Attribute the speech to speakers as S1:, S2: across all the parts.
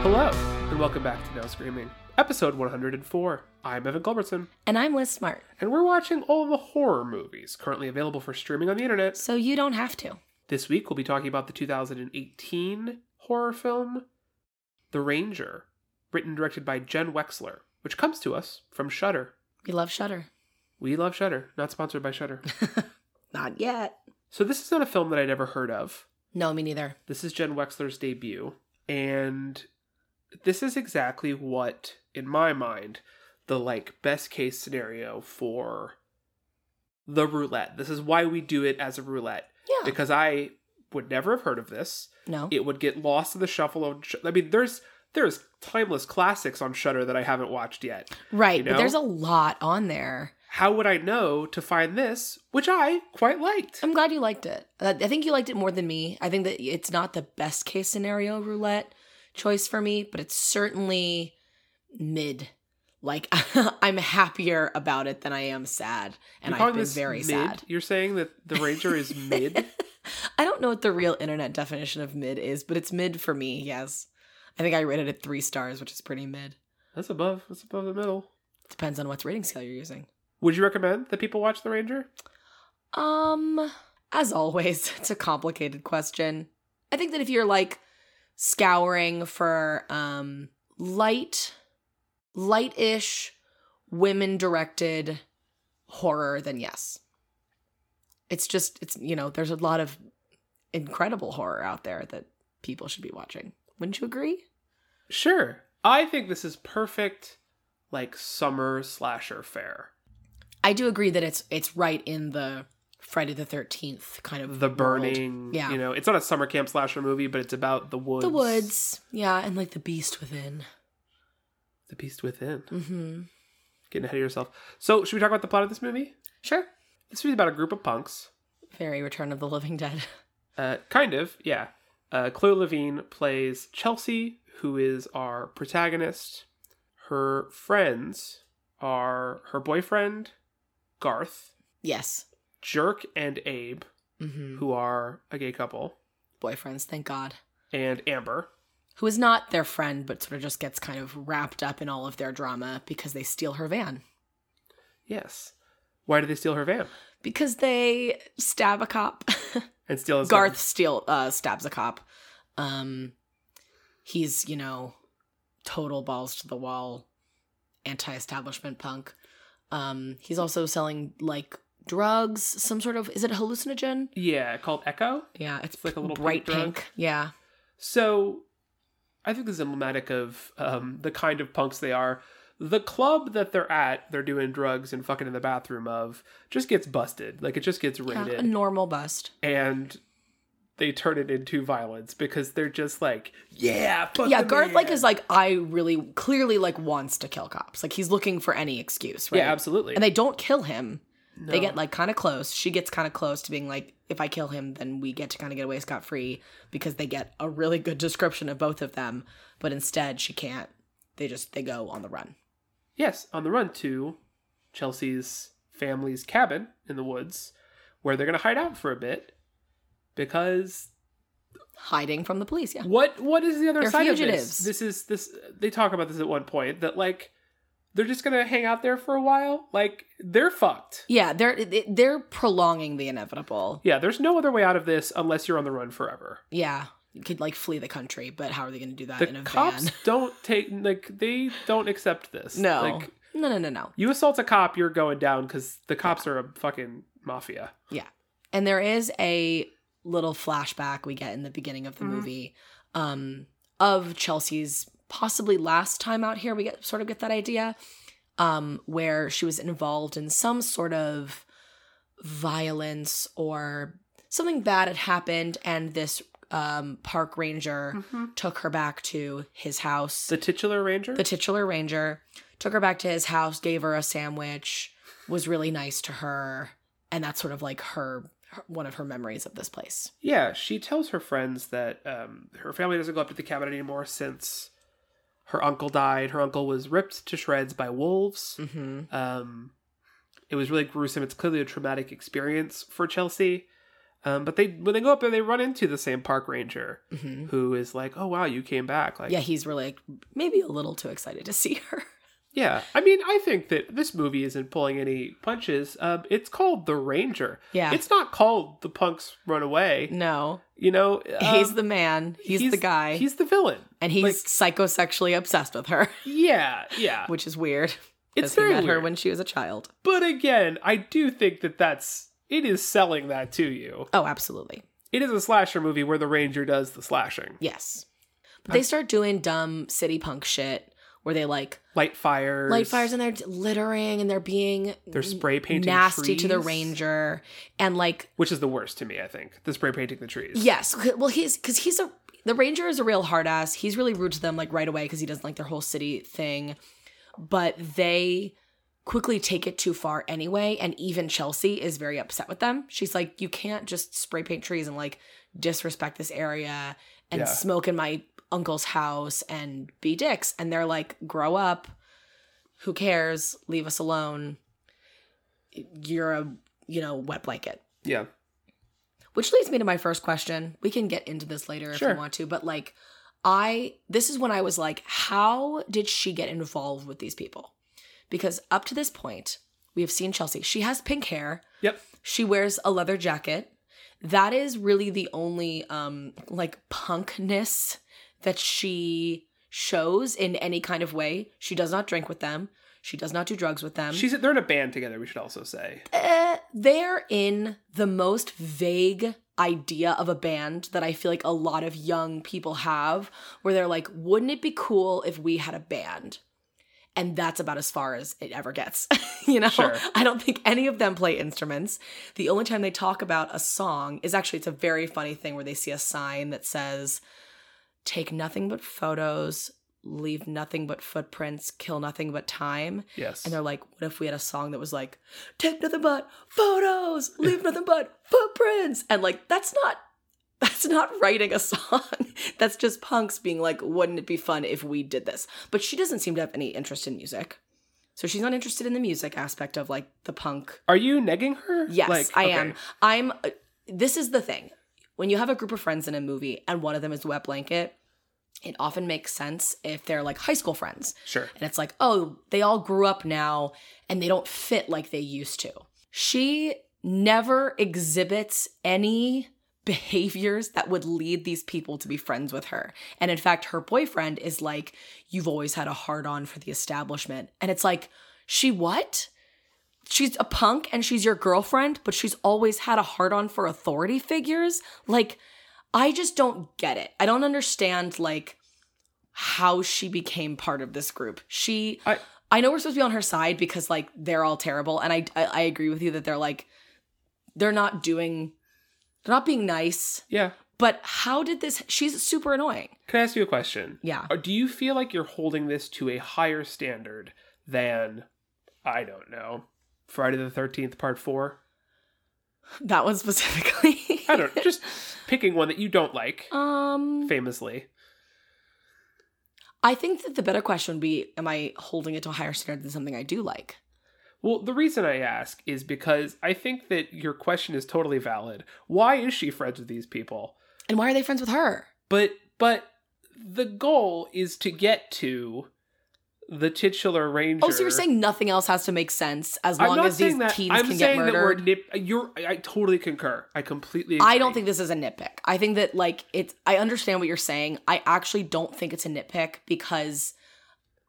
S1: Hello, and welcome back to Now Screaming, episode 104. I'm Evan Gilbertson,
S2: And I'm Liz Smart,
S1: and we're watching all the horror movies currently available for streaming on the internet.
S2: so you don't have to.
S1: This week, we'll be talking about the 2018 horror film The Ranger, written and directed by Jen Wexler, which comes to us from Shudder.
S2: We love Shudder.
S1: We love Shudder, not sponsored by Shudder.
S2: Not yet.
S1: so, this is not a film that I'd ever heard of.
S2: No, me neither.
S1: This is Jen Wexler's debut, and this is exactly what, in my mind, the like best case scenario for the roulette. This is why we do it as a roulette
S2: Yeah. Oh.
S1: because I would never have heard of this.
S2: no.
S1: It would get lost in the shuffle. Of sh- I mean, there's there's timeless classics on Shutter that I haven't watched yet.
S2: right,
S1: you know?
S2: but there's a lot on there.
S1: How would I know to find this, which I quite liked?
S2: I'm glad you liked it. Uh, I think you liked it more than me. I think that it's not the best case scenario roulette choice for me, but it's certainly mid. Like I'm happier about it than I am sad, and
S1: You're calling
S2: I've been
S1: this
S2: very
S1: mid?
S2: sad.
S1: You're saying that the Ranger is mid.
S2: I don't know what the real internet definition of mid is, but it's mid for me. Yes, I think I rated it three stars, which is pretty mid.
S1: That's above. That's above the middle.
S2: Depends on what rating scale you're using.
S1: Would you recommend that people watch The Ranger?
S2: Um, as always, it's a complicated question. I think that if you're like scouring for um light light-ish women directed horror, then yes. It's just it's you know, there's a lot of incredible horror out there that people should be watching. Wouldn't you agree?
S1: Sure. I think this is perfect, like summer slasher fare.
S2: I do agree that it's it's right in the Friday the 13th kind of
S1: The
S2: world.
S1: burning.
S2: Yeah.
S1: You know, it's not a summer camp slasher movie, but it's about the woods.
S2: the woods. Yeah, and like the beast within.
S1: The beast within.
S2: Mm-hmm.
S1: Getting ahead of yourself. So, should we talk about the plot of this movie?
S2: Sure.
S1: This movie's about a group of punks.
S2: Very Return of the Living Dead.
S1: Uh, kind of, yeah. Uh, Chloe Levine plays Chelsea, who is our protagonist. Her friends are her boyfriend, Garth,
S2: Yes.
S1: Jerk, and Abe.
S2: Mm-hmm.
S1: who are a gay couple,
S2: Boyfriends, thank God.
S1: and Amber.
S2: Who is not their friend, but sort of just gets kind of wrapped up in all of their drama because they steal her van.
S1: Yes. Why did they steal her van?
S2: Because they stab a cop.
S1: And steal his
S2: Garth steal uh, stabs a cop. Um, he's you know total balls to the wall, anti-establishment punk. Um, he's also selling like drugs, some sort of is it a hallucinogen?
S1: gun? Yeah, called Echo.
S2: Yeah, it's,
S1: It's like a little
S2: bright
S1: pink drug.
S2: pink. Yeah,
S1: So I think this is emblematic of um, the kind of punks they are. The club that they're at, they're doing drugs and fucking in the bathroom of, just gets busted. Like it just gets
S2: yeah,
S1: raided.
S2: a normal bust.
S1: and they turn it into violence because they're just like, yeah, fuck
S2: yeah,
S1: the
S2: Garth like
S1: man.
S2: is like I really clearly like wants to kill cops. Like he's looking for any excuse, right?
S1: Yeah, absolutely.
S2: And they don't kill him.
S1: No.
S2: They get like kind of close. She gets kind of close to being like, if I kill him, then we get to kind of get away scot free because they get a really good description of both of them. But instead, she can't. They just they go on the run.
S1: Yes, on the run to Chelsea's family's cabin in the woods, where they're gonna hide out for a bit. Because
S2: Hiding from the police, yeah.
S1: what what is the other
S2: They're
S1: side
S2: fugitives.
S1: of this? This is this they talk about this at one point that like they're just gonna hang out there for a while. Like they're fucked.
S2: Yeah, they're it- they're prolonging the inevitable.
S1: Yeah, there's no other way out of this unless you're on the run forever.
S2: Yeah. You could like flee the country, but how are they going to do that in
S1: The
S2: a
S1: cops
S2: van?
S1: don't take like they don't accept this.
S2: No.
S1: Like
S2: no, no, no, no.
S1: you assault a cop, you're going down because the cops are a fucking mafia.
S2: and there is a little flashback we get in the beginning of the
S1: Mhm.
S2: movie um, of Chelsea's possibly last time out here. We get sort of get that idea um, where she was involved in some sort of violence or something bad had happened, and this um, park ranger
S1: Mm.
S2: took her back to his house
S1: The titular ranger?
S2: the titular ranger took her back to his house gave her a sandwich was really nice to her and that's sort of like her, her one of her memories of this place
S1: Yeah, she tells her friends that um, her family doesn't go up to the cabin anymore since her uncle died. Her uncle was ripped to shreds by wolves.
S2: mm-hmm.
S1: Um, it was really gruesome. It's clearly a traumatic experience for Chelsea. Um, but they when they go up there, they run into the same park ranger
S2: hmm
S1: who is like, "Oh wow, you came back!" Like,
S2: yeah, he's really like, maybe a little too excited to see her.
S1: yeah. I mean, I think that this movie isn't pulling any punches. Um, it's called The Ranger.
S2: Yeah.
S1: It's not called The Punks Run Away.
S2: no.
S1: You know,
S2: he's
S1: um,
S2: the man. He's, the guy.
S1: He's the villain.
S2: and he's
S1: like-
S2: psychosexually obsessed with her,
S1: Yeah, yeah.
S2: which is weird.
S1: It's
S2: as he
S1: very
S2: met
S1: weird.
S2: her when she was a child.
S1: but again, I do think that that's it is selling that to you.
S2: Oh, absolutely.
S1: It is a slasher movie where the ranger does the slashing,
S2: Yes. But they start doing dumb city punk shit where they like
S1: light fires,
S2: light fires and they're littering and they're being
S1: they're spray painting
S2: nasty to the
S1: trees,
S2: ranger and like
S1: which is the worst to me. I think the spray painting the trees.
S2: Yes. c- Well, he's because he's a the ranger is a real hard ass. He's really rude to them like right away because he doesn't like their whole city thing, but they quickly take it too far anyway. And even Chelsea is very upset with them. She's like, "You can't just spray paint trees and like disrespect this area and
S1: Yeah.
S2: smoke in my uncle's house and be dicks." And they're like, "Grow up. Who cares? Leave us alone. You're a you know wet blanket."
S1: yeah,
S2: Which leads me to my first question. We can get into this later if
S1: Sure.
S2: you want to, but like I this is when I was like, how did she get involved with these people? Because up to this point, we have seen Chelsea. She has pink hair.
S1: yep.
S2: She wears a leather jacket. That is really the only um like punkness that she shows in any kind of way. She does not drink with them. She does not do drugs with them
S1: She's they're in a band together. We should also say
S2: uh, they're in the most vague idea of a band that I feel like a lot of young people have, where they're like, wouldn't it be cool if we had a band? And that's about as far as it ever gets. you know,
S1: Sure.
S2: I don't think any of them play instruments. The only time they talk about a song is actually, it's a very funny thing where they see a sign that says, take nothing but photos, leave nothing but footprints, kill nothing but time.
S1: yes.
S2: And they're like, what if we had a song that was like, take nothing but photos, leave nothing but footprints? And like, that's not that's not writing a song. that's just punks being like, wouldn't it be fun if we did this? But she doesn't seem to have any interest in music. So she's not interested in the music aspect of like the punk
S1: Are you negging her?
S2: Yes, I am.
S1: okay.
S2: I'm. uh, This is the thing. When you have a group of friends in a movie and one of them is the wet blanket, it often makes sense if they're like high school friends.
S1: Sure.
S2: And it's like, oh, they all grew up now and they don't fit like they used to. She never exhibits any behaviors that would lead these people to be friends with her. And in fact, her boyfriend is like, you've always had a hard on for the establishment. And it's like, she what? She's a punk and she's your girlfriend, but she's always had a hard on for authority figures. Like, I just don't get it. I don't understand, like, how she became part of this group. She, I,
S1: I-
S2: know we're supposed to be on her side because, like, they're all terrible. And I, I, I agree with you that they're, like, they're not doing, they're not being nice.
S1: Yeah.
S2: But how did this, she's super annoying.
S1: Can I ask you a question?
S2: Yeah.
S1: Or Do you feel like you're holding this to a higher standard than I don't know Friday the Thirteenth Part Four?
S2: That one specifically.
S1: I don't just picking one that you don't like
S2: um,
S1: famously.
S2: I think that the better question would be Am I holding it to a higher standard than something I do like?
S1: Well, the reason I ask is because I think that your question is totally valid. Why is she friends with these people?
S2: And why are they friends with her?
S1: But but the goal is to get to the titular ranger.
S2: Oh, so you're saying nothing else has to make sense as
S1: I'm
S2: long
S1: not
S2: as these
S1: saying that.
S2: teens
S1: I'm
S2: can get
S1: saying that we're
S2: murdered?
S1: nip. You're. I, I totally concur. I completely.
S2: I
S1: agree.
S2: don't think this is a nitpick. I think that, like, it's, I understand what you're saying. I actually don't think it's a nitpick because,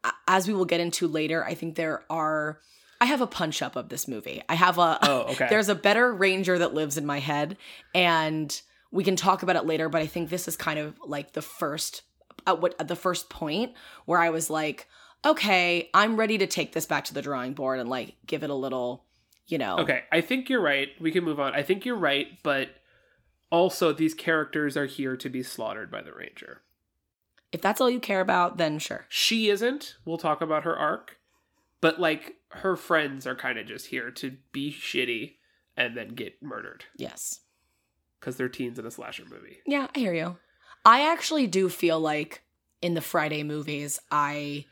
S2: a- as we will get into later, I think there are, I have a punch up of this movie. I have a,
S1: Oh, okay.
S2: There's a better ranger that lives in my head, and we can talk about it later. But I think this is kind of like the first at what at the first point where I was like, okay, I'm ready to take this back to the drawing board and like give it a little, you know,
S1: Okay, I think you're right. We can move on. I think you're right, but also these characters are here to be slaughtered by the ranger.
S2: if that's all you care about, then sure.
S1: She isn't. We'll talk about her arc, but like her friends are kind of just here to be shitty and then get murdered
S2: Yes.
S1: because they're teens in a slasher movie.
S2: Yeah, I hear you. I actually do feel like in the Friday movies, I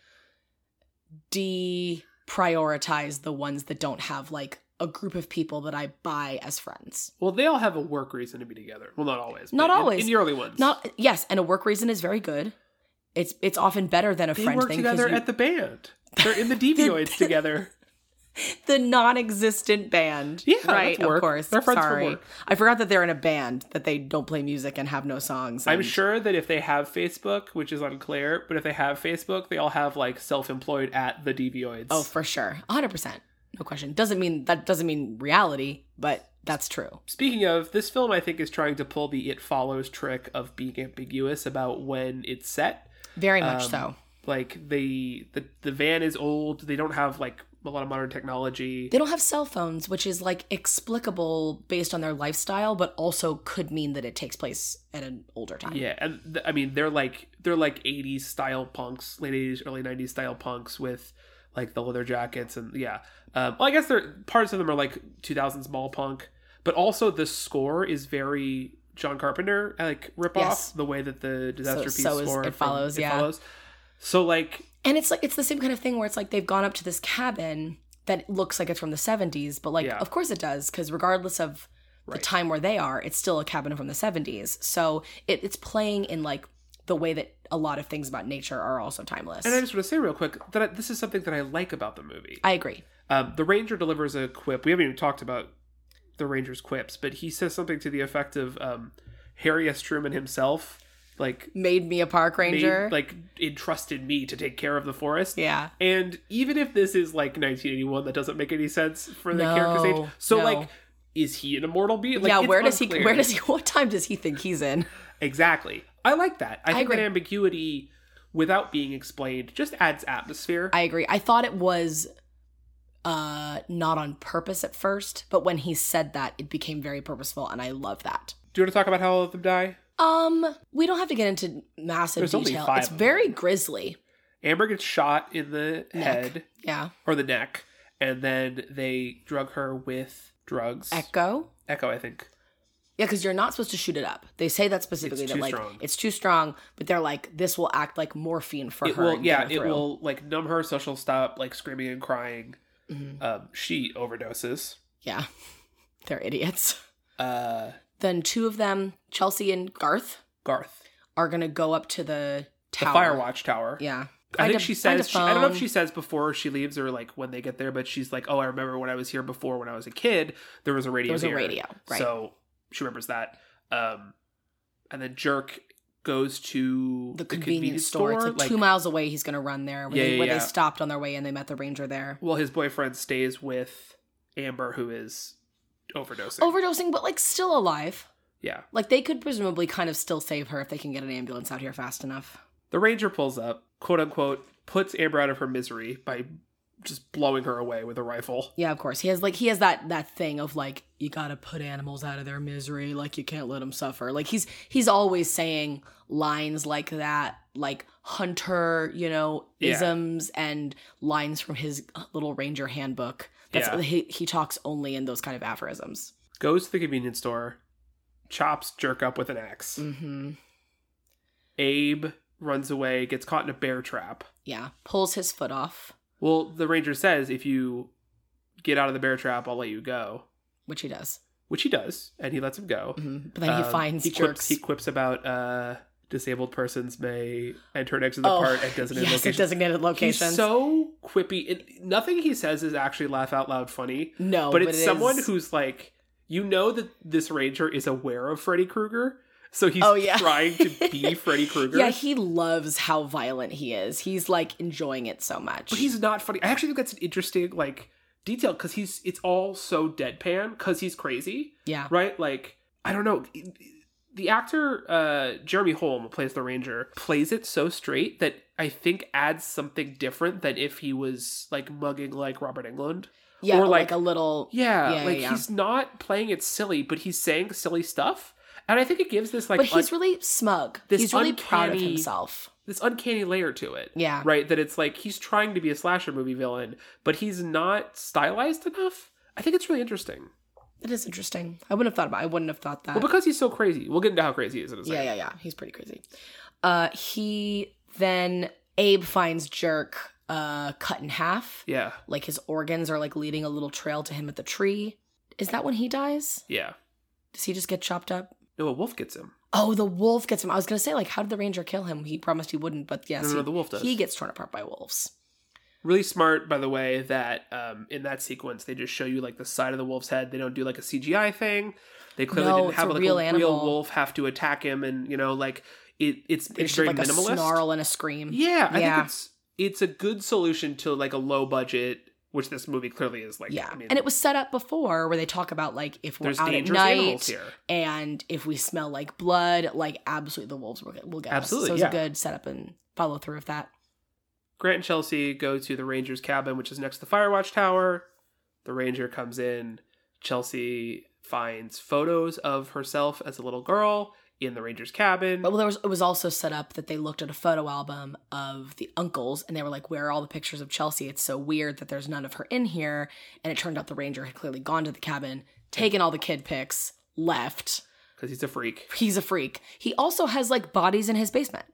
S2: deprioritize the ones that don't have like a group of people that I buy as friends.
S1: Well, they all have a work reason to be together. Well, not always.
S2: Not
S1: but in-
S2: always.
S1: In, the early ones.
S2: Not yes, and a work reason is very good. It's it's often better than a
S1: They
S2: friend
S1: work
S2: thing
S1: together
S2: you-
S1: at the band. They're in the Devioids together.
S2: the non-existent band.
S1: Yeah,
S2: right.
S1: that's work.
S2: Of course.
S1: They're friends from
S2: Sorry,
S1: work.
S2: I forgot that they're in a band that they don't play music and have no songs.
S1: I'm
S2: and-
S1: sure that if they have Facebook, which is unclear, but if they have Facebook, they all have like self-employed at the Devioids.
S2: Oh, for sure, hundred percent, no question. Doesn't mean that doesn't mean reality, but that's true.
S1: Speaking of, this film I think is trying to pull the It Follows trick of being ambiguous about when it's set.
S2: Very much
S1: Um,
S2: so.
S1: Like the the the van is old. They don't have like a lot of modern technology.
S2: They don't have cell phones, which is like explicable based on their lifestyle, but also could mean that it takes place at an older time.
S1: Yeah, and th- I mean they're like they're like '80s style punks, late '80s, early '90s style punks with like the leather jackets and yeah. Um, well, I guess they're parts of them are like 2000s mall punk, but also the score is very John Carpenter uh, like rip off
S2: Yes.
S1: the way that the disaster
S2: So-
S1: piece
S2: so is
S1: score
S2: It
S1: from
S2: Follows, yeah.
S1: So like
S2: And it's like it's the same kind of thing where it's like they've gone up to this cabin that looks like it's from the 70s, but like
S1: Yeah.
S2: of course it does cuz regardless of
S1: Right.
S2: the time where they are, it's still a cabin from the 70s. So it, it's playing in like the way that a lot of things about nature are also timeless.
S1: And I just want to say real quick that I, this is something that I like about the movie.
S2: I agree.
S1: Um, the ranger delivers a quip. We haven't even talked about the ranger's quips, but he says something to the effect of um, Harry S. Truman himself, like
S2: Made me a park
S1: made-
S2: ranger.
S1: like entrusted me to take care of the forest.
S2: yeah.
S1: And even if this is like 1981, that doesn't make any sense for the character's
S2: No,
S1: age. So
S2: no.
S1: like, is he an immortal being? Like,
S2: yeah,
S1: it's
S2: where does he
S1: unclear.
S2: where does he what time does he think he's in?
S1: exactly? I like that. I,
S2: I
S1: think that
S2: agree.
S1: ambiguity, without being explained, just adds atmosphere.
S2: I agree. I thought it was uh not on purpose at first, but when he said that, it became very purposeful and I love that.
S1: Do you want to talk about how all of them die?
S2: Um, we don't have to get into massive
S1: There's only
S2: detail.
S1: five
S2: It's
S1: of
S2: very
S1: them.
S2: grisly.
S1: Amber gets shot in the
S2: Neck.
S1: head
S2: Yeah.
S1: or the neck, and then they drug her with drugs.
S2: Echo.
S1: Echo, I think.
S2: Yeah, because you're not supposed to shoot it up. They say that specifically
S1: It's
S2: that
S1: too
S2: like
S1: strong.
S2: it's too strong, but they're like this will act like morphine for
S1: it
S2: her.
S1: will,
S2: and get
S1: yeah,
S2: her
S1: it
S2: through.
S1: will like numb her, so she'll stop like screaming and crying.
S2: Mhm.
S1: Um, she overdoses.
S2: Yeah, they're idiots.
S1: Uh,
S2: Then two of them, Chelsea and Garth,
S1: Garth,
S2: are gonna go up to the
S1: the
S2: tower.
S1: Firewatch Tower.
S2: Yeah,
S1: I
S2: Find
S1: think
S2: a-
S1: she
S2: find a
S1: says. She, I don't know if
S2: phone.
S1: she says before she leaves or like when they get there, but she's like, "Oh, I remember when I was here before. When I was a kid, there was a radio.
S2: there was a
S1: here."
S2: radio. Right.
S1: So she remembers that. Um, and then Jerk goes to
S2: the convenience, store. It's like, two miles away. He's gonna run there. Where,
S1: Yeah,
S2: they,
S1: yeah,
S2: where
S1: yeah.
S2: they stopped on their way and they met the ranger there.
S1: Well, his boyfriend stays with Amber, who is overdosing.
S2: Overdosing, but like still alive.
S1: yeah.
S2: Like they could presumably kind of still save her if they can get an ambulance out here fast enough.
S1: The ranger pulls up, quote unquote, puts Amber out of her misery by just blowing her away with a rifle.
S2: Yeah, of course. He has like he has that that thing of like you got to put animals out of their misery, like you can't let them suffer. Like he's he's always saying lines like that, like hunter, you know,
S1: Yeah.
S2: isms and lines from his little ranger handbook. That's
S1: Yeah.
S2: he he talks only in those kind of aphorisms.
S1: Goes to the convenience store, chops jerk up with an ax
S2: Mhm.
S1: Abe runs away, gets caught in a bear trap.
S2: Yeah, pulls his foot off,
S1: Well, the ranger says, if you get out of the bear trap, I'll let you go,
S2: which he does.
S1: which he does, and he lets him go.
S2: Mhm. But then he
S1: Um,
S2: finds
S1: he
S2: jerks.
S1: quips, he quips about uh, disabled persons may enter next to the part at designated
S2: Oh, yes, at
S1: locations.
S2: designated locations.
S1: He's so quippy. It, nothing he says is actually laugh out loud funny,
S2: no,
S1: but it's
S2: Oh, it
S1: someone
S2: is-
S1: who's like, you know that this ranger is aware of Freddy Krueger, so he's
S2: Oh, yeah.
S1: trying to be Freddy Krueger.
S2: Yeah, he loves how violent he is. He's like enjoying it so much.
S1: but he's not funny. I actually think that's an interesting like detail because he's it's all so deadpan because he's crazy,
S2: yeah.
S1: right? Like I don't know. The actor uh, Jeremy Holm who plays the ranger plays it so straight that I think adds something different than if he was like mugging like Robert Englund.
S2: Yeah,
S1: or
S2: or like,
S1: like-
S2: a little
S1: Yeah,
S2: Yeah,
S1: like
S2: yeah,
S1: he's not playing it silly, but he's saying silly stuff, and I think it gives this like
S2: But he's
S1: un-
S2: really smug.
S1: this
S2: He's really proud of
S1: uncanny-
S2: himself.
S1: this uncanny layer to it,
S2: Yeah.
S1: right? That it's like he's trying to be a slasher movie villain, but he's not stylized enough. I think it's really interesting.
S2: That is interesting. I wouldn't have thought about I wouldn't have thought that.
S1: Well, because he's so crazy, we'll get into how crazy he is in a second.
S2: yeah, yeah, yeah. He's pretty crazy. Uh he then Abe finds Jerk uh cut in half.
S1: Yeah.
S2: Like his organs are like leading a little trail to him at the tree. Is that when he dies?
S1: Yeah.
S2: Does he just get chopped up?
S1: No, a wolf gets him.
S2: Oh, the wolf gets him. I was gonna say, like, how did the ranger kill him? He promised he wouldn't, but yes,
S1: no, no, no,
S2: he,
S1: the wolf does.
S2: he gets torn apart by wolves.
S1: really smart, by the way, that um, in that sequence they just show you like the side of the wolf's head. They don't do like a CGI thing. They clearly
S2: No,
S1: didn't
S2: it's
S1: have
S2: a
S1: like
S2: real
S1: a real
S2: animal.
S1: wolf have to attack him, and you know, like it, it's
S2: They
S1: it's
S2: just did,
S1: very
S2: like
S1: minimalist.
S2: a snarl and a scream.
S1: Yeah, I
S2: Yeah.
S1: think it's it's a good solution to like a low budget, which this movie clearly is. Like,
S2: yeah.
S1: I mean,
S2: and it was set up before where they talk about like if we're
S1: there's
S2: out at
S1: dangerous animals
S2: night
S1: here.
S2: and if we smell like blood, like absolutely the wolves will get, will get
S1: Absolutely,
S2: us. So it was
S1: yeah.
S2: a good setup and follow through of that.
S1: Grant and Chelsea go to the Ranger's cabin, which is next to the Firewatch Tower. The Ranger comes in. Chelsea finds photos of herself as a little girl in the Ranger's cabin.
S2: But well, there was it was also set up that they looked at a photo album of the uncles and they were like, "Where are all the pictures of Chelsea? It's so weird that there's none of her in here." And it turned out the ranger had clearly gone to the cabin, taken all the kid pics, left.
S1: because he's a freak.
S2: He's a freak. He also has like bodies in his basement.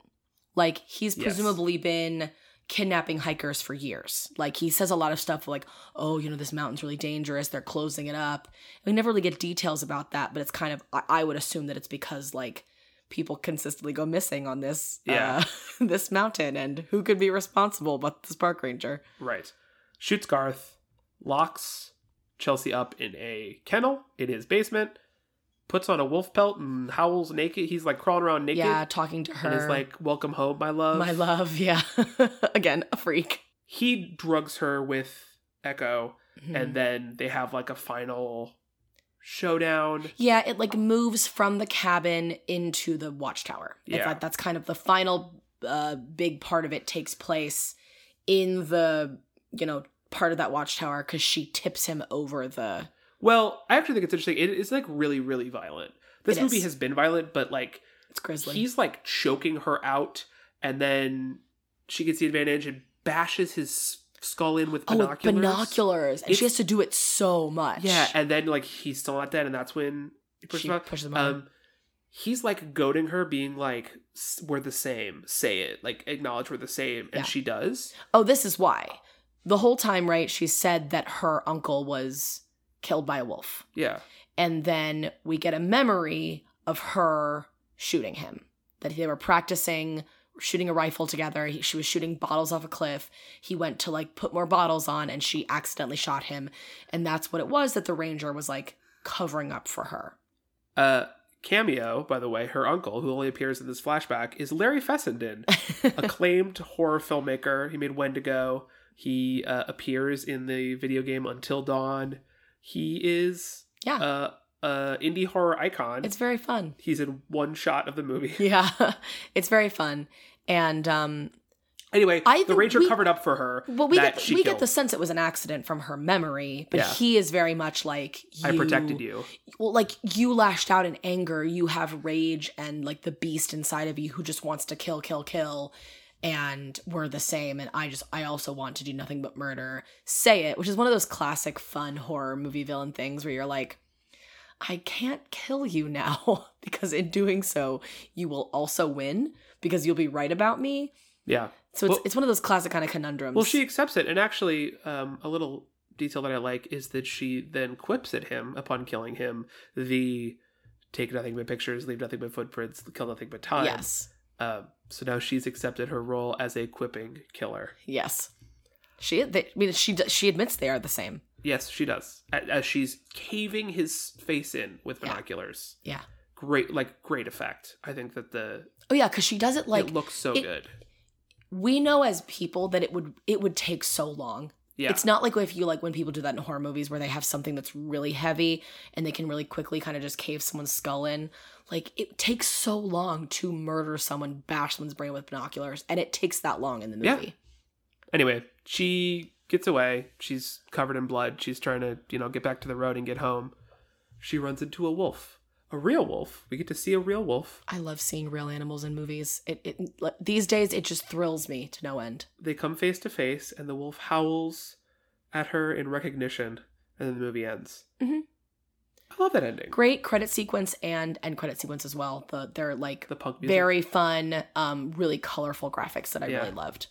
S2: Like he's
S1: Yes.
S2: presumably been kidnapping hikers for years. Like he says a lot of stuff like, "Oh, you know this mountain's really dangerous. They're closing it up." We never really get details about that, but it's kind of I, I would assume that it's because like people consistently go missing on this
S1: Yeah.
S2: uh, this mountain and who could be responsible but this park ranger?
S1: Right. Shoots Garth, locks Chelsea up in a kennel in his basement, puts on a wolf pelt and howls naked. He's like crawling around naked.
S2: Yeah, talking to her.
S1: And is like, welcome home, my love.
S2: "My love." Yeah. Again, a freak.
S1: He drugs her with Echo,
S2: Hmm.
S1: and then they have like a final showdown.
S2: Yeah, it like moves from the cabin into the watchtower.
S1: Yeah.
S2: I thought that's kind of the final uh, big part of it takes place in the, you know, part of that watchtower because she tips him over the.
S1: Well, I actually think it's interesting. It is like really, really violent. This
S2: It
S1: movie
S2: is.
S1: has been violent, but like
S2: It's grisly.
S1: he's like choking her out, and then she gets the advantage and bashes his s- skull in with
S2: oh, with
S1: binoculars.
S2: binoculars. And she
S1: It's-
S2: has to do it so much.
S1: Yeah, and then like he's still not dead, and that's when he pushes
S2: she
S1: him out.
S2: pushes him out.
S1: Um, he's like goading her, being like, "S- "We're the same. Say it. Like acknowledge we're the same," and
S2: Yeah.
S1: she does.
S2: oh, this is why. The whole time, right, she said that her uncle was killed by a wolf.
S1: Yeah,
S2: and then we get a memory of her shooting him that they were practicing shooting a rifle together he, she was shooting bottles off a cliff he went to like put more bottles on and she accidentally shot him and that's what it was that the ranger was like covering up for her
S1: Uh, cameo, by the way, her uncle, who only appears in this flashback, is Larry Fessenden, acclaimed horror filmmaker. He made Wendigo. He uh, appears in the video game Until Dawn. He is
S2: yeah
S1: uh, uh, indie horror icon.
S2: it's very fun
S1: He's in one shot of the movie.
S2: yeah it's very fun and um
S1: anyway,
S2: I
S1: the
S2: think
S1: ranger
S2: we-
S1: covered up for her.
S2: well we
S1: that
S2: get the,
S1: she
S2: we
S1: killed.
S2: get the sense it was an accident from her memory but
S1: Yeah.
S2: he is very much like
S1: I protected you.
S2: well like you lashed out in anger you have rage and like the beast inside of you who just wants to kill kill kill and we're the same and i just i also want to do nothing but murder say it which is one of those classic fun horror movie villain things where you're like i can't kill you now because in doing so you will also win because you'll be right about me
S1: Yeah.
S2: so it's,
S1: Well-
S2: it's one of those classic kind of conundrums
S1: Well, she accepts it, and actually, um, a little detail that I like is that she then quips at him upon killing him the take nothing but pictures, leave nothing but footprints, kill nothing but time.
S2: yes
S1: Um, so now she's accepted her role as a quipping killer.
S2: yes she they, i mean she she admits they are the same
S1: Yes, she does. a- As she's caving his face in with
S2: Yeah.
S1: binoculars.
S2: Yeah.
S1: Great, like great effect. I think that the
S2: oh yeah because she does it like
S1: it looks so
S2: it-
S1: good.
S2: we know as people that it would it would take so long.
S1: Yeah.
S2: It's not like if you like when people do that in horror movies where they have something that's really heavy and they can really quickly kind of just cave someone's skull in. Like it takes so long to murder someone, bash someone's brain with binoculars, and it takes that long in the
S1: Yeah.
S2: movie.
S1: anyway, she gets away. She's covered in blood. She's trying to, you know, get back to the road and get home. She runs into a wolf, a real wolf. We get to see a real wolf.
S2: I love seeing real animals in movies. It, it like, these days it just thrills me to no end.
S1: They come face to face, and the wolf howls at her in recognition, and then the movie ends.
S2: Mhm.
S1: I love that ending.
S2: Great credit sequence and end credit sequence as well. The they're like
S1: The punk music.
S2: very fun, um, really colorful graphics that I
S1: Yeah.
S2: really loved.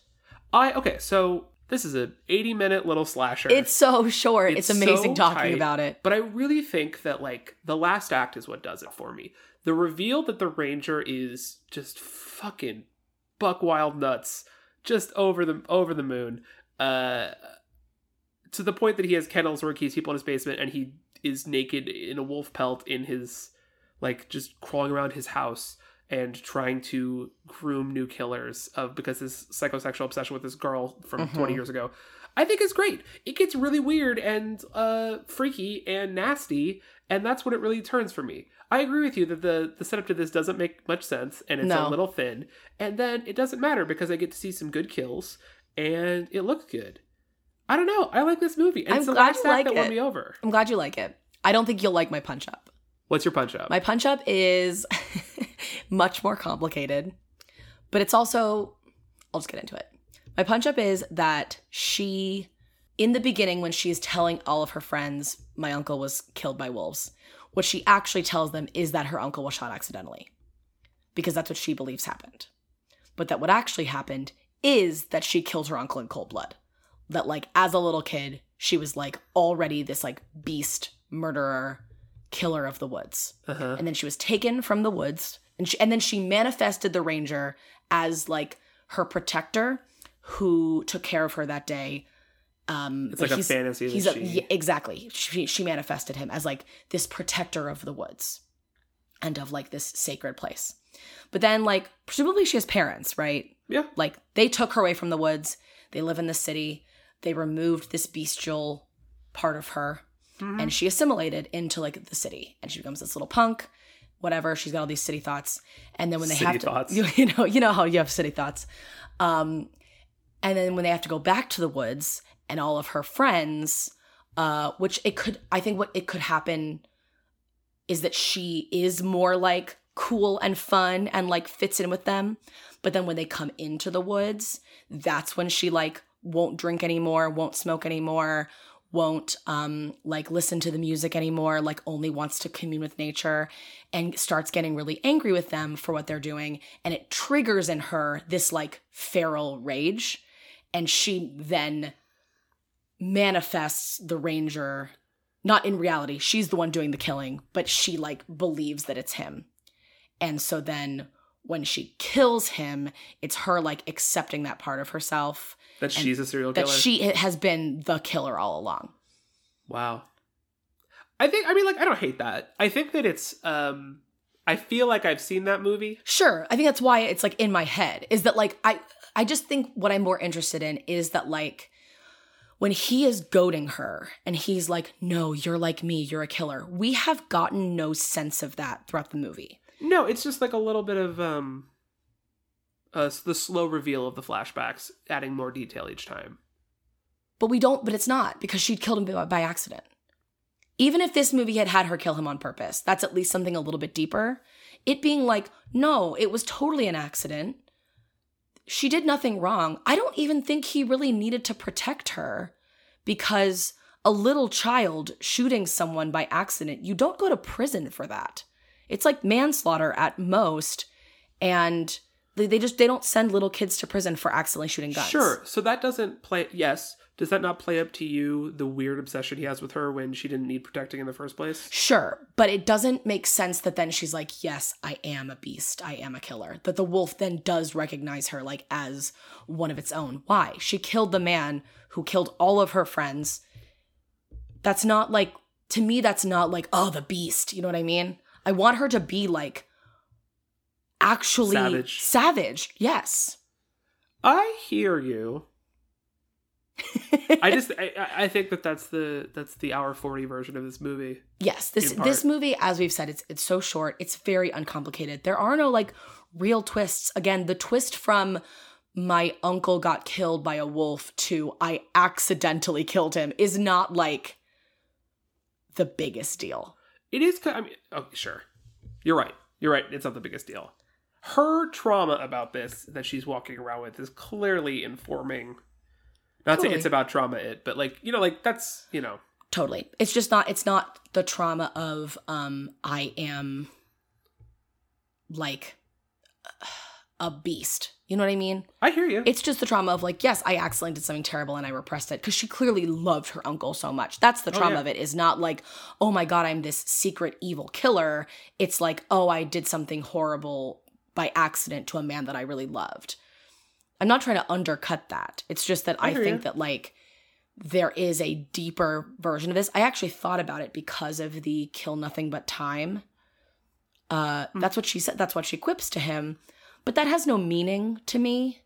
S1: I okay. So This is a 80 minute little slasher.
S2: It's so short. It's,
S1: It's
S2: amazing
S1: so
S2: talking
S1: tight.
S2: about it.
S1: But I really think that like the last act is what does it for me. The reveal that the ranger is just fucking buck wild nuts, just over the over the moon. Uh to the point that he has kennels where he keeps people in his basement and he is naked in a wolf pelt in his like just crawling around his house and trying to groom new killers of because his psychosexual obsession with this girl from 20
S2: Mhm.
S1: years ago i think is great it gets really weird and uh freaky and nasty and that's what it really turns for me i agree with you that the the setup to this doesn't make much sense and it's
S2: No.
S1: a little thin and then it doesn't matter because i get to see some good kills and it looks good i don't know i like this movie and
S2: I'm
S1: it's the
S2: glad
S1: last
S2: you
S1: act
S2: like
S1: that
S2: it.
S1: won me over
S2: I'm glad you like it. I don't think you'll like my punch up.
S1: what's your punch up
S2: My punch up is much more complicated, but it's also, I'll just get into it. My punch up is that she, in the beginning, when she's telling all of her friends, my uncle was killed by wolves, what she actually tells them is that her uncle was shot accidentally because that's what she believes happened. But that what actually happened is that she killed her uncle in cold blood. That, like, as a little kid, she was like already this like beast murderer, killer of the woods
S1: uh-huh.
S2: and then she was taken from the woods and she, and then she manifested the ranger as like her protector who took care of her that day um
S1: it's
S2: but
S1: like a
S2: he's-
S1: fantasy
S2: he's
S1: that
S2: a,
S1: she...
S2: yeah, exactly she, she manifested him as like this protector of the woods and of like this sacred place but then like presumably she has parents right
S1: Yeah.
S2: like they took her away from the woods they live in the city they removed this bestial part of her
S1: Mhm.
S2: and she assimilated into like the city and she becomes this little punk whatever she's got all these city thoughts and then when they
S1: City
S2: have to
S1: thoughts.
S2: You, you know you know how you have city thoughts um and then when they have to go back to the woods and all of her friends uh which it could i think what it could happen is that she is more like cool and fun and like fits in with them but then when they come into the woods that's when she like won't drink anymore won't smoke anymore won't um like listen to the music anymore like only wants to commune with nature and starts getting really angry with them for what they're doing and it triggers in her this like feral rage and she then manifests the ranger not in reality she's the one doing the killing but she like believes that it's him and so then when she kills him it's her like accepting that part of herself
S1: that she's a serial
S2: that
S1: killer
S2: she has been the killer all along
S1: Wow. I think I mean like I don't hate that. I think that it's um I feel like I've seen that movie.
S2: Sure. I think that's why it's like in my head is that like I I just think what I'm more interested in is that like when he is goading her and he's like, "No, you're like me, you're a killer." We have gotten no sense of that throughout the movie.
S1: No, it's just like a little bit of um uh s- the slow reveal of the flashbacks adding more detail each time.
S2: But we don't but it's not because she killed him by, by accident. Even if this movie had had her kill him on purpose, that's at least something a little bit deeper. It being like, "No, it was totally an accident." She did nothing wrong. I don't even think he really needed to protect her. because a little child shooting someone by accident, you don't go to prison for that. It's like manslaughter at most, and they, they just they don't send little kids to prison for accidentally shooting guns.
S1: Sure. So that doesn't play yes. Does that not play up to you the weird obsession he has with her when she didn't need protecting in the first place?
S2: Sure, but it doesn't make sense that then she's like, "Yes, I am a beast. I am a killer." That the wolf then does recognize her like as one of its own. Why? She killed the man who killed all of her friends. That's not like to me that's not like, "Oh, the beast." You know what I mean? I want her to be like actually
S1: Savage.
S2: savage. Yes.
S1: I hear you. I just I, I- I think that that's the that's the hour 40 version of this movie.
S2: Yes, this
S1: in
S2: this
S1: part.
S2: movie, as we've said, it's it's so short. It's very uncomplicated. There are no like real twists. Again, the twist from my uncle got killed by a wolf to I accidentally killed him is not like the biggest deal.
S1: It is. ki- I mean, okay, sure. You're right. You're right. It's not the biggest deal. Her trauma about this that she's walking around with is clearly informing. Not
S2: Totally.
S1: to it's about trauma, it, but like you know, like that's you know,
S2: Totally. It's just not it's not the trauma of um I am like a beast. You know what I mean?
S1: I hear you.
S2: It's just the trauma of like, yes, I accidentally did something terrible and I repressed it because she clearly loved her uncle so much. That's the
S1: Oh,
S2: trauma
S1: yeah.
S2: of it is not like, oh my God, I'm this secret evil killer. It's like, oh, I did something horrible by accident to a man that I really loved. I'm not trying to undercut that. It's just that
S1: I
S2: I,
S1: hear
S2: think
S1: you.
S2: that like there is a deeper version of this. I actually thought about it because of the kill nothing but time. Uh,
S1: Hmm.
S2: That's what she said. That's what she quips to him. But that has no meaning to me.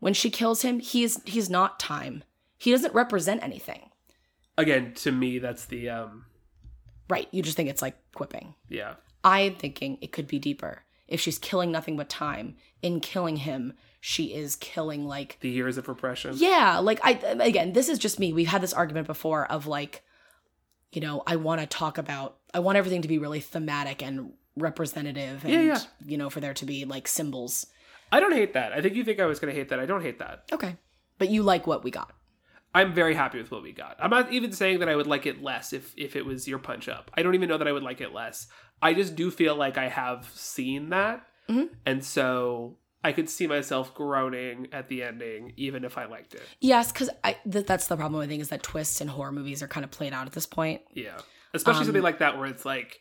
S2: When she kills him, he is he's not time. He doesn't represent anything.
S1: Again, to me, that's the um,
S2: Right. You just think it's like quipping.
S1: yeah,
S2: I'm thinking it could be deeper. If she's killing nothing but time, in killing him, she is killing like
S1: the years of repression.
S2: Yeah, like I again, this is just me. We've had this argument before of like, you know, I want to talk about, I want everything to be really thematic and representative, and
S1: Yeah, yeah.
S2: you know, for there to be like symbols.
S1: I don't hate that. I think you think I was gonna hate that. I don't hate that.
S2: Okay, but you like what we got.
S1: I'm very happy with what we got. I'm not even saying that I would like it less if if it was your punch up. I don't even know that I would like it less. I just do feel like I have seen that,
S2: Mhm.
S1: and so I could see myself groaning at the ending, even if I liked it.
S2: Yes, because I th- that's the problem I think is that twists in horror movies are kind of played out at this point.
S1: Yeah, especially
S2: Um,
S1: something like that where it's like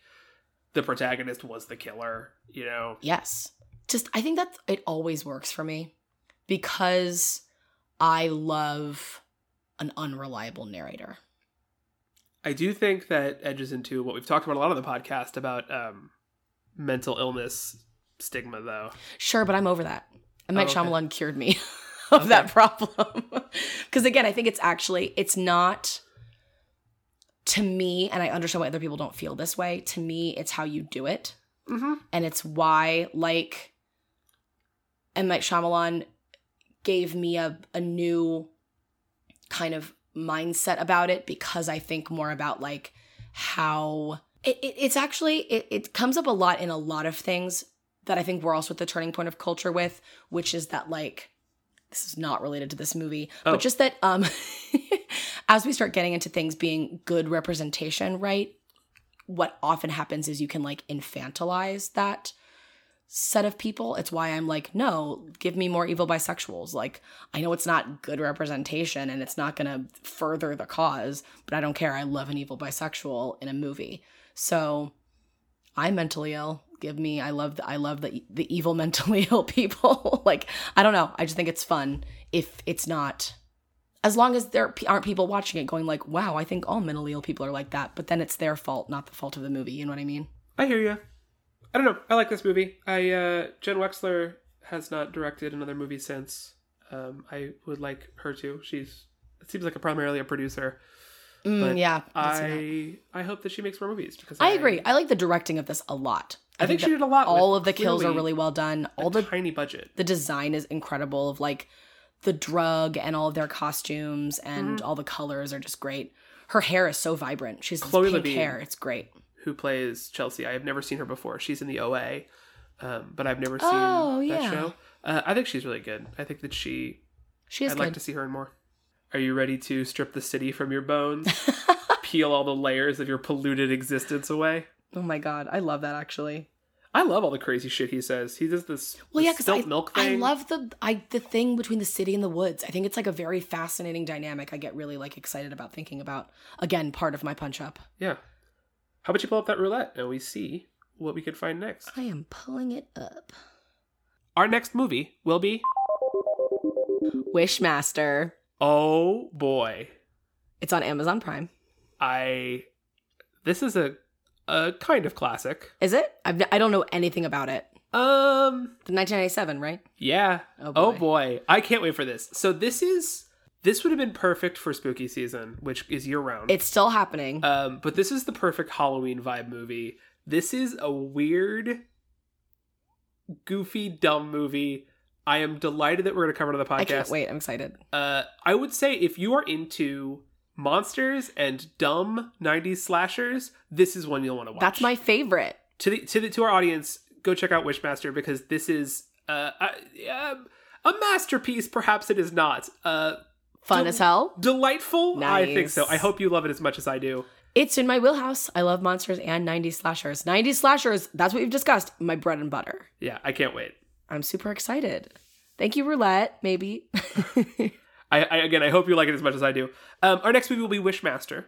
S1: the protagonist was the killer. You know,
S2: Yes, just I think that it always works for me because I love an unreliable narrator.
S1: I do think that edges into what we've talked about a lot on the podcast about um, mental illness stigma, though.
S2: Sure, but I'm over that. M.
S1: Oh,
S2: Night
S1: okay.
S2: Shyamalan cured me of that problem. Because again, I think it's actually it's not to me, and I understand why other people don't feel this way. To me, it's how you do it,
S1: Mm-hmm.
S2: and it's why like M. Night Shyamalan gave me a a new kind of mindset about it because I think more about like how it, it, it's actually it, it comes up a lot in a lot of things that I think we're also at the turning point of culture with, which is that like this is not related to this movie,
S1: Oh.
S2: but just that um as we start getting into things being good representation, right? What often happens is you can like infantilize that set of people. It's why I'm like, no, give me more evil bisexuals. Like, I know it's not good representation and it's not going to further the cause, but I don't care. I love an evil bisexual in a movie. So I'm mentally ill. Give me I love the, I love the the evil mentally ill people. like I don't know. I just think it's fun if it's not as long as there p- aren't people watching it going like, "Wow, I think all mentally ill people are like that." But then it's their fault, not the fault of the movie. You know what I mean?
S1: I hear you. I don't know. I like this movie. I uh, Jen Wexler has not directed another movie since. Um, I would like her to. She's it seems like a primarily a producer.
S2: Mm,
S1: But
S2: yeah. I see that.
S1: I I hope that she makes more movies because
S2: I agree. I like the directing of this a lot.
S1: I, think
S2: that
S1: she did a lot.
S2: all
S1: with
S2: of the kills are
S1: clearly
S2: really well done.
S1: a
S2: All the
S1: tiny budget.
S2: the design is incredible of like the drug and all of their costumes and all the colors are just great. Her hair is so vibrant. She's
S1: Chloe
S2: Chloe pink
S1: Levine.
S2: hair. It's great.
S1: Who plays Chelsea? I have never seen her before. She's in the OA, um, but I've never seen
S2: Oh,
S1: that
S2: yeah.
S1: show. Uh, I think she's really good. I think that she.
S2: She is
S1: I'd
S2: good.
S1: like to see her in more. Are you ready to strip the city from your bones? peel all the layers of your polluted existence away.
S2: oh my god, I love that actually.
S1: I love all the crazy shit he says. He does this,
S2: Well,
S1: this
S2: yeah, because
S1: spilt
S2: I,
S1: milk
S2: I
S1: thing.
S2: love the I the thing between the city and the woods. I think it's like a very fascinating dynamic. I get really like excited about thinking about. Again, part of my punch up.
S1: Yeah. How about you pull up that roulette and we see what we could find next?
S2: I am pulling it up.
S1: Our next movie will be
S2: Wishmaster.
S1: Oh boy.
S2: It's on Amazon Prime.
S1: I this is a a kind of classic.
S2: Is it? I've, I don't know anything about it.
S1: Um
S2: The 1997, right?
S1: yeah.
S2: Oh
S1: Oh boy. I can't wait for this. So this is this would have been perfect for spooky season, which is year round.
S2: It's still happening.
S1: Um, but this is the perfect Halloween vibe movie. This is a weird, goofy, dumb movie. I am delighted that we're going to cover it on the podcast.
S2: I can't wait. I'm excited.
S1: Uh, I would say if you are into monsters and dumb '90s slashers, this is one you'll want to watch.
S2: That's my favorite.
S1: to the to the to our audience. Go check out Wishmaster because this is uh, a, um, a masterpiece. Perhaps it is not. Uh,
S2: Fun
S1: Don't-
S2: as hell.
S1: delightful. I think so.
S2: Nice.
S1: I hope you love it as much as I do.
S2: It's in my wheelhouse. I love monsters and 90s slashers. 90s slashers, that's what we've discussed. My bread and butter.
S1: Yeah, I can't wait.
S2: I'm super excited. Thank you, Roulette, maybe.
S1: I, I again, I hope you like it as much as I do. Um, our next movie will be Wishmaster,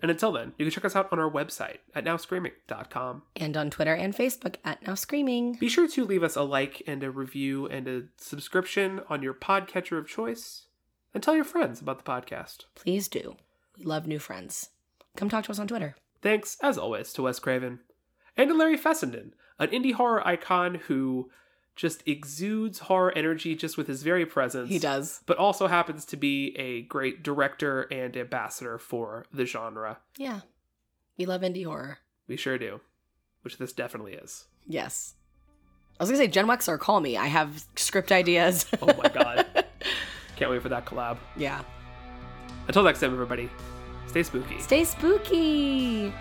S1: and until then, you can check us out on our website at nowscreaming.com.
S2: and on Twitter and Facebook at Now Screaming.
S1: Be sure to leave us a like and a review and a subscription on your podcatcher of choice, and tell your friends about the podcast.
S2: Please do. We love new friends. Come talk to us on Twitter.
S1: Thanks, as always, to Wes Craven and to Larry Fessenden, an indie horror icon who just exudes horror energy just with his very presence.
S2: He does.
S1: But also happens to be a great director and ambassador for the genre.
S2: Yeah. We love indie horror.
S1: We sure do, which this definitely is.
S2: Yes. I was gonna say Gen Wexler, call me. I have script ideas.
S1: Oh my god. Can't wait for that collab.
S2: yeah.
S1: Until next time, everybody, stay spooky.
S2: Stay spooky.